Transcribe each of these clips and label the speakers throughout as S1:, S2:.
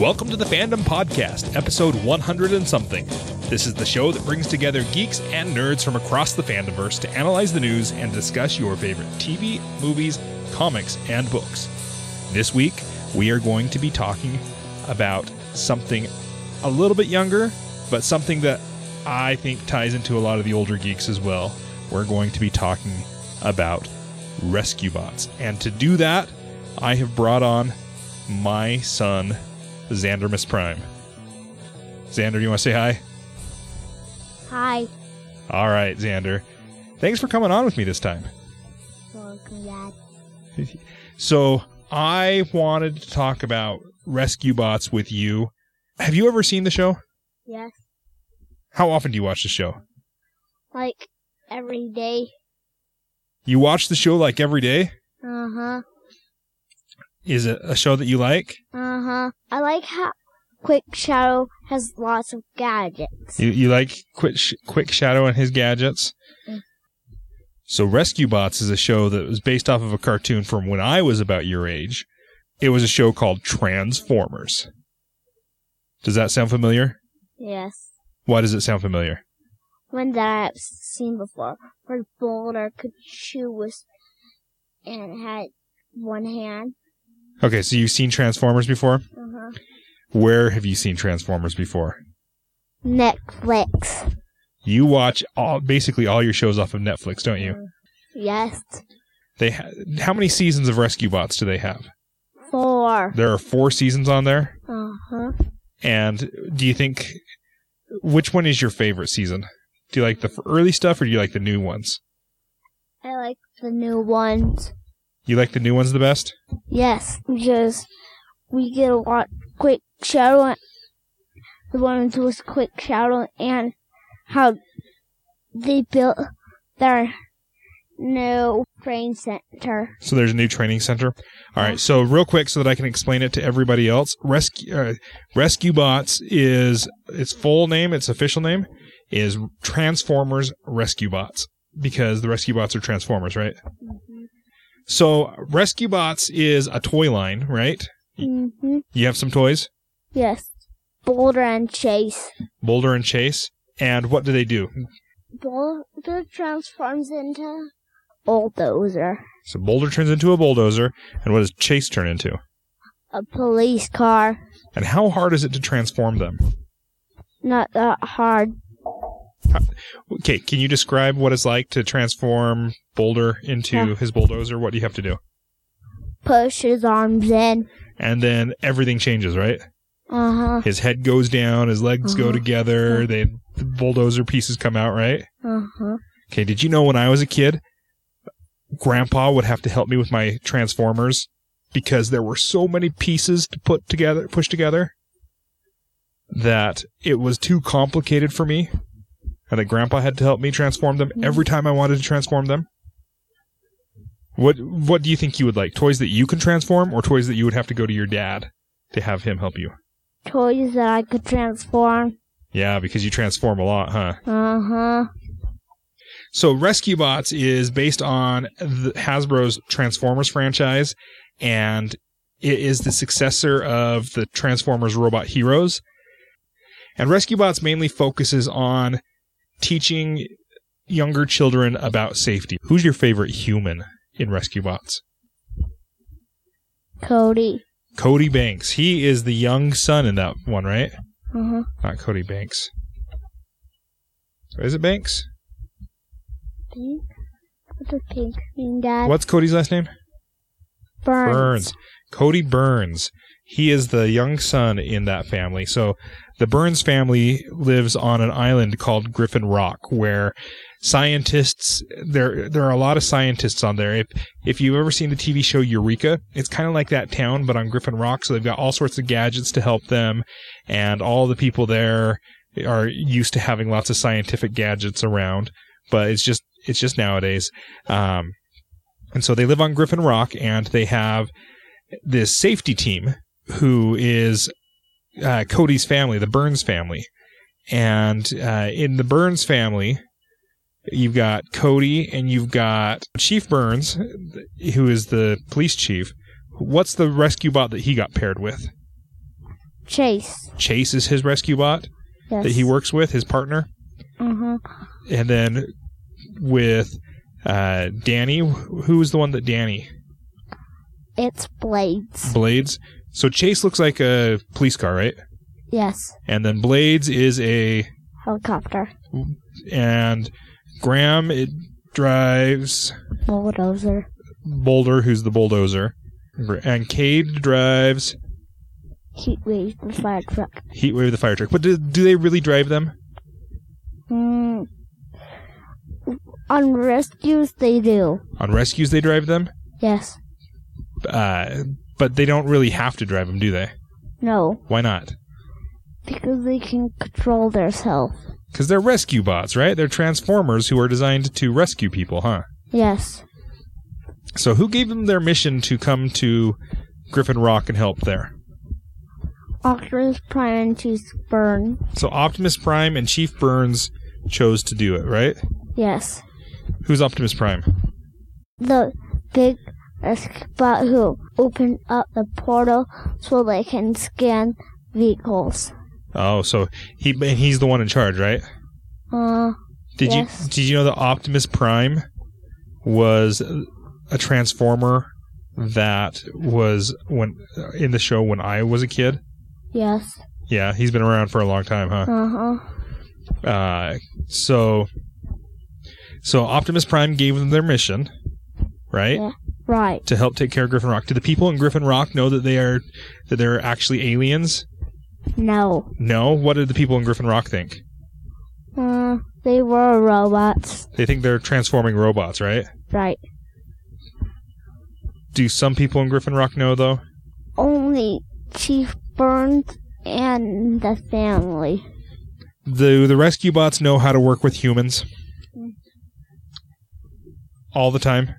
S1: Welcome to the Fandom Podcast, episode 100 and something. This is the show that brings together geeks and nerds from across the fandomverse to analyze the news and discuss your favorite TV, movies, comics, and books. This week, we are going to be talking about something a little bit younger, but something that I think ties into a lot of the older geeks as well. We're going to be talking about rescue bots. And to do that, I have brought on my son, Xander Miss Prime. Xander, do you want to say hi?
S2: Hi.
S1: All right, Xander. Thanks for coming on with me this time.
S2: Welcome, Dad.
S1: So, I wanted to talk about rescue bots with you. Have you ever seen the show?
S2: Yes.
S1: How often do you watch the show?
S2: Like every day.
S1: You watch the show like every day?
S2: Uh huh.
S1: Is it a show that you like?
S2: Uh huh. I like how Quick Shadow has lots of gadgets.
S1: You, you like Quick, Sh- Quick Shadow and his gadgets?
S2: Mm.
S1: So, Rescue Bots is a show that was based off of a cartoon from when I was about your age. It was a show called Transformers. Does that sound familiar?
S2: Yes.
S1: Why does it sound familiar?
S2: One that I've seen before, where Boulder could chew with and had one hand.
S1: Okay, so you've seen Transformers before?
S2: Uh huh.
S1: Where have you seen Transformers before?
S2: Netflix.
S1: You watch all basically all your shows off of Netflix, don't you?
S2: Yes.
S1: They ha- how many seasons of Rescue Bots do they have?
S2: Four.
S1: There are 4 seasons on there.
S2: Uh huh.
S1: And do you think which one is your favorite season? Do you like the early stuff or do you like the new ones?
S2: I like the new ones.
S1: You like the new ones the best?
S2: Yes, because we get a lot quick shadow. and- The one who was quick shadow and how they built their new brain center.
S1: So there's a new training center. All right. So real quick, so that I can explain it to everybody else, Rescue uh, Rescue Bots is its full name, its official name is Transformers Rescue Bots because the Rescue Bots are Transformers, right? So Rescue Bots is a toy line, right?
S2: Mm-hmm.
S1: You have some toys,
S2: Yes, Boulder and Chase.
S1: Boulder and Chase, and what do they do?
S2: Boulder transforms into bulldozer,
S1: So Boulder turns into a bulldozer, and what does Chase turn into?
S2: a police car.
S1: And how hard is it to transform them?
S2: Not that hard.
S1: Okay, can you describe what it's like to transform Boulder into
S2: Yeah.
S1: his bulldozer? What do you have to do?
S2: Push his arms in.
S1: And then everything changes, right?
S2: Uh huh.
S1: His head goes down, his legs go
S2: Uh-huh.
S1: together, they, the bulldozer pieces come out, right?
S2: Uh huh.
S1: Okay, did you know when I was a kid, Grandpa would have to help me with my Transformers because there were so many pieces to put together, push together, that it was too complicated for me, and that Grandpa had to help me transform them every time I wanted to transform them. What What do you think you would like? Toys that you can transform, or toys that you would have to go to your dad to have him help you?
S2: Toys that I could transform.
S1: Yeah, because you transform a lot, huh?
S2: Uh huh.
S1: So Rescue Bots is based on the Hasbro's Transformers franchise, and it is the successor of the Transformers Robot Heroes. And Rescue Bots mainly focuses on teaching younger children about safety. Who's your favorite human in Rescue Bots?
S2: Cody.
S1: Cody Banks. He is the young son in that one, right?
S2: Uh huh.
S1: Not Cody Banks. Is it Banks?
S2: Pink. What does pink mean, Dad?
S1: What's Cody's last name?
S2: Burns.
S1: Burns. Cody Burns. He is the young son in that family. So the Burns family lives on an island called Griffin Rock where scientists there there are a lot of scientists on there. If if you've ever seen the TV show Eureka, it's kind of like that town but on Griffin Rock, so they've got all sorts of gadgets to help them and all the people there are used to having lots of scientific gadgets around, but it's just it's just nowadays. Um and so they live on Griffin Rock and they have this safety team who is uh, Cody's family, the Burns family. And uh, in the Burns family, you've got Cody and you've got Chief Burns, who is the police chief. What's the rescue bot that he got paired with?
S2: Chase.
S1: Chase is his rescue bot
S2: Yes.
S1: that he works with, his partner.
S2: Uh-huh.
S1: And then with uh, Danny, who was the one that Danny
S2: It's Blades.
S1: Blades. So Chase looks like a police car, right?
S2: Yes.
S1: And then Blades is a
S2: Helicopter.
S1: and Graham it drives
S2: Bulldozer.
S1: Boulder, who's the bulldozer, and Cade drives
S2: Heat waves the fire truck.
S1: Heatwave the fire truck. But do, do they really drive them?
S2: Hmm. On rescues, they do.
S1: On rescues, they drive them,
S2: Yes.
S1: uh, but they don't really have to drive them, do they?
S2: No.
S1: Why not?
S2: Because they can control themselves.
S1: Because they're rescue bots, right? They're transformers who are designed to rescue people, huh?
S2: Yes.
S1: So who gave them their mission to come to Griffin Rock and help there?
S2: Optimus Prime and Chief Burn.
S1: So Optimus Prime and Chief Burns chose to do it, right?
S2: Yes.
S1: Who's Optimus Prime?
S2: The big spot who opened up the portal so they can scan vehicles.
S1: Oh, so he and he's the one in charge, right?
S2: Uh,
S1: Did
S2: Yes.
S1: you did you know that Optimus Prime was a transformer that was when in the show when I was a kid?
S2: yes.
S1: Yeah, he's been around for a long time, huh?
S2: Uh huh.
S1: Uh, so so Optimus Prime gave them their mission, right?
S2: Yeah. Right.
S1: To help take care of Griffin Rock. Do the people in Griffin Rock know that they are that they're actually aliens?
S2: No.
S1: No. What did the people in Griffin Rock think?
S2: Uh, they were robots.
S1: They think they're transforming robots, right?
S2: Right.
S1: Do some people in Griffin Rock know though?
S2: Only Chief Burns and the family.
S1: the the rescue bots know how to work with humans all the time.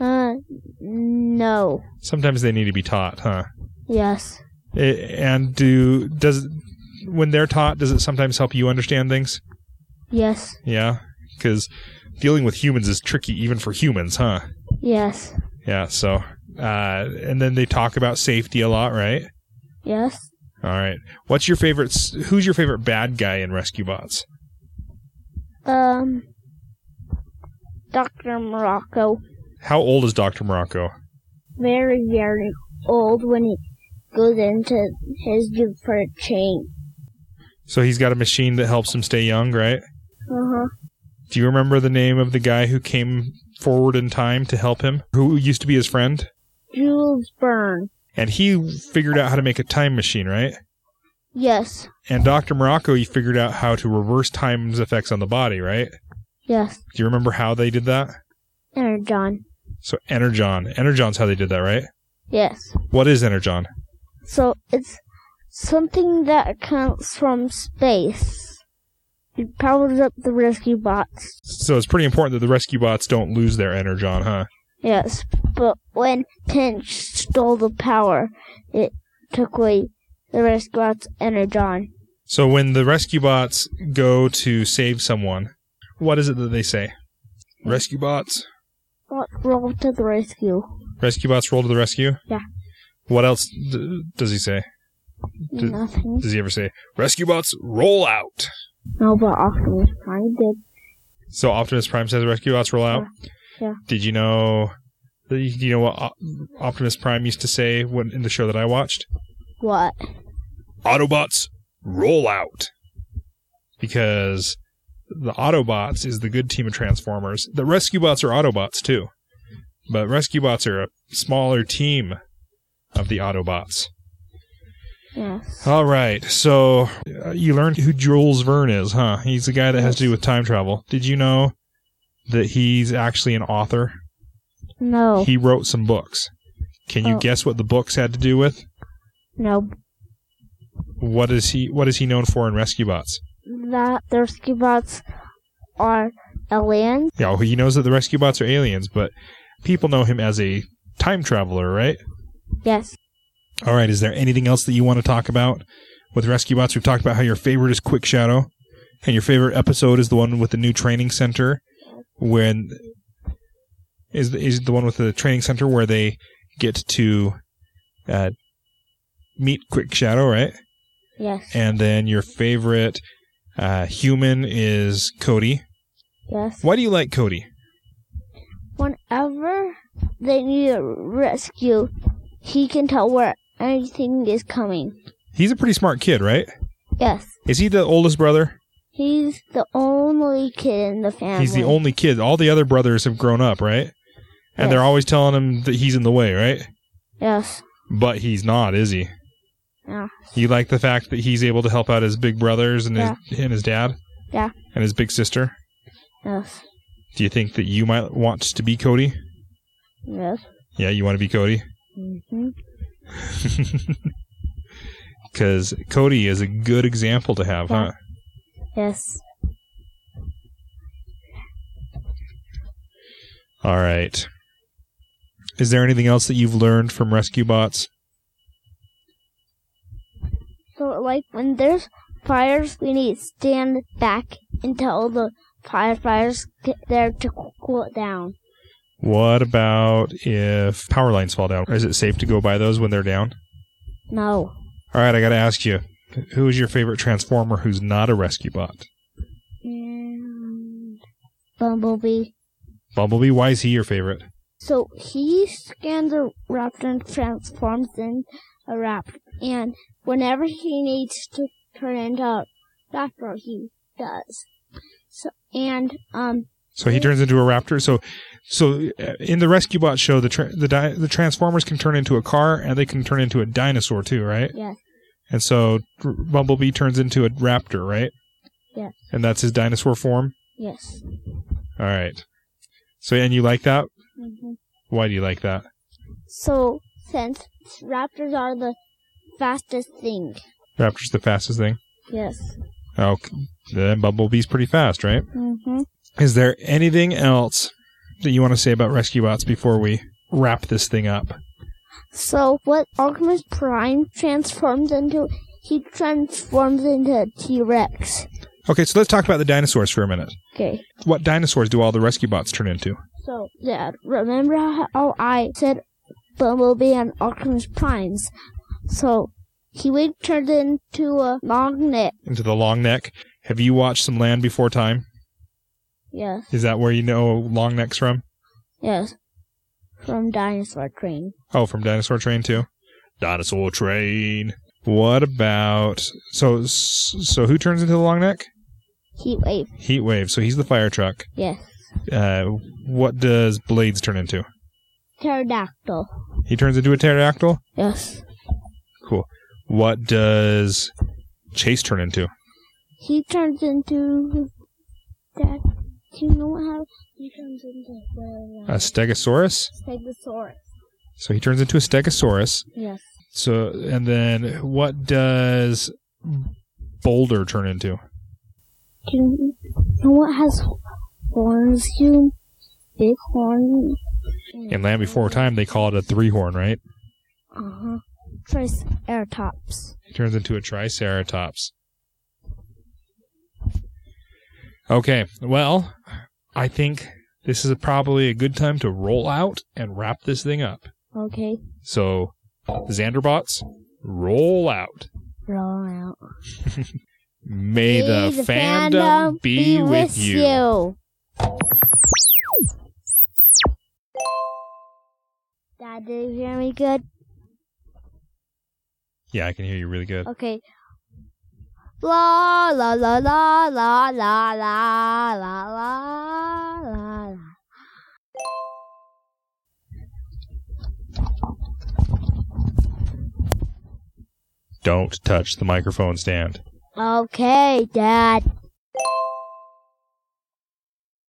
S2: Uh, no.
S1: Sometimes they need to be taught, huh?
S2: Yes.
S1: It, and do does when they're taught, does it sometimes help you understand things?
S2: Yes.
S1: Yeah, because dealing with humans is tricky, even for humans, huh?
S2: Yes.
S1: Yeah. So, uh, and then they talk about safety a lot, right?
S2: Yes.
S1: All right. What's your favorite? s- Who's your favorite bad guy in Rescue Bots?
S2: Um, Dr. Morocco,
S1: How old is Doctor Morocco?
S2: very, very old when he goes into his Jupiter chain.
S1: So he's got a machine that helps him stay young, right?
S2: Uh-huh.
S1: Do you remember the name of the guy who came forward in time to help him, who used to be his friend?
S2: Jules Byrne.
S1: And he figured out how to make a time machine, right?
S2: Yes.
S1: And Dr. Morocco, he figured out how to reverse time's effects on the body, right?
S2: Yes.
S1: Do you remember how they did that?
S2: Energon.
S1: So Energon. Energon's how they did that, right?
S2: Yes.
S1: What is Energon?
S2: So it's something that comes from space. It powers up the rescue bots.
S1: So it's pretty important that the rescue bots don't lose their Energon, huh?
S2: Yes. But when Pinch stole the power, it took away the rescue bots' energon.
S1: So when the rescue bots go to save someone, what is it that they say? Rescue bots.
S2: What roll to the rescue?
S1: Rescue bots roll to the rescue?
S2: Yeah.
S1: What else d- does he say? Did-
S2: Nothing.
S1: Does he ever say, Rescue bots roll out?
S2: No, but Optimus Prime did.
S1: So Optimus Prime says, Rescue bots roll out?
S2: Yeah.
S1: Did you know. Do you know what Op- Optimus Prime used to say when, in the show that I watched?
S2: What?
S1: Autobots, roll out! Because the Autobots is the good team of Transformers. The Rescue Bots are Autobots too, but Rescue Bots are a smaller team of the Autobots.
S2: Yes.
S1: All right. So uh, you learned who Jules Verne is, huh? He's the guy that has to do with time travel. Did you know that he's actually an author?
S2: No.
S1: He wrote some books. Can you
S2: Oh.
S1: guess what the books had to do with?
S2: No.
S1: What is he what is he known for in Rescue Bots?
S2: That the rescue bots are aliens.
S1: Yeah, well, he knows that the Rescue Bots are aliens, but people know him as a time traveler, right?
S2: Yes.
S1: All right, is there anything else that you want to talk about with Rescue Bots? We've talked about how your favorite is Quick Shadow, and your favorite episode is the one with the new training center when is is the one with the training center where they get to uh, meet Quick Shadow, right?
S2: Yes.
S1: And then your favorite uh, human is Cody.
S2: yes.
S1: Why do you like Cody?
S2: Whenever they need a rescue, he can tell where anything is coming.
S1: He's a pretty smart kid, right?
S2: Yes.
S1: Is he the oldest brother?
S2: He's the only kid in the family.
S1: He's the only kid. All the other brothers have grown up, right? And they're
S2: Yes.
S1: always telling him that he's in the way, right?
S2: Yes.
S1: But he's not, is he?
S2: No.
S1: You like the fact that he's able to help out his big brothers and his and his dad?
S2: Yeah.
S1: And his big sister?
S2: Yes.
S1: Do you think that you might want to be Cody?
S2: Yes.
S1: Yeah, you want to be Cody?
S2: hmm
S1: Because Cody is a good example to have, huh?
S2: Yeah. Yes.
S1: All right. Is there anything else that you've learned from Rescue Bots?
S2: So, like, when there's fires, we need to stand back and tell the firefighters get there to cool it down.
S1: What about if power lines fall down? Is it safe to go by those when they're down?
S2: No.
S1: All right, I got to ask you who is your favorite Transformer who's not a Rescue Bot?
S2: And Bumblebee.
S1: Bumblebee, why is he your favorite?
S2: So he scans a raptor and transforms in a raptor. And whenever he needs to turn into a raptor, he does. So and um
S1: So he turns into a raptor. So, so uh, in the Rescue Bot show, the tra- the di- the Transformers can turn into a car and they can turn into a dinosaur too, right?
S2: Yes.
S1: And so R- Bumblebee turns into a raptor, right?
S2: Yes.
S1: And that's his dinosaur form.
S2: yes.
S1: All right. So and you like that?
S2: hmm
S1: Why do you like that?
S2: So since raptors are the fastest thing,
S1: Raptor's the fastest thing.
S2: yes.
S1: Oh, then Bumblebee's pretty fast, right?
S2: Mm-hmm.
S1: Is there anything else that you want to say about Rescue Bots before we wrap this thing up?
S2: So what Optimus Prime transforms into, he transforms into a T-Rex.
S1: Okay, so let's talk about the dinosaurs for a minute.
S2: Okay.
S1: What dinosaurs do all the rescue bots turn into?
S2: So, Dad, remember how I said Bumblebee and Optimus Primes? So, he would turn into a magnet.
S1: Into the long neck. Have you watched some Land Before Time?
S2: Yes,
S1: Is that where you know long necks from?
S2: yes. From Dinosaur Train.
S1: Oh, from Dinosaur Train too. Dinosaur Train. What about so so? Who turns into the long neck?
S2: Heat Wave.
S1: Heat Wave. So he's the fire truck.
S2: Yes.
S1: Uh, what does Blades turn into?
S2: Pterodactyl.
S1: He turns into a pterodactyl.
S2: Yes.
S1: Cool. What does Chase turn into?
S2: He turns into. Dad, do you know how he turns into the
S1: A stegosaurus.
S2: Stegosaurus?
S1: So he turns into a stegosaurus.
S2: Yes.
S1: So, and then what does Boulder turn into?
S2: Do you know what has horns? You big horn.
S1: In Land Before Time, they call it a three horn, right?
S2: Uh huh. Triceratops.
S1: He turns into a triceratops. Okay, well, I think this is probably a good time to roll out and wrap this thing up.
S2: Okay,
S1: So, Xanderbots, roll out.
S2: roll out.
S1: May the, fandom, be, with you.
S2: Dad, did you hear me good?
S1: Yeah, I can hear you really good.
S2: Okay. La la la la la la la la la la la.
S1: Don't touch the microphone stand.
S2: Okay, Dad.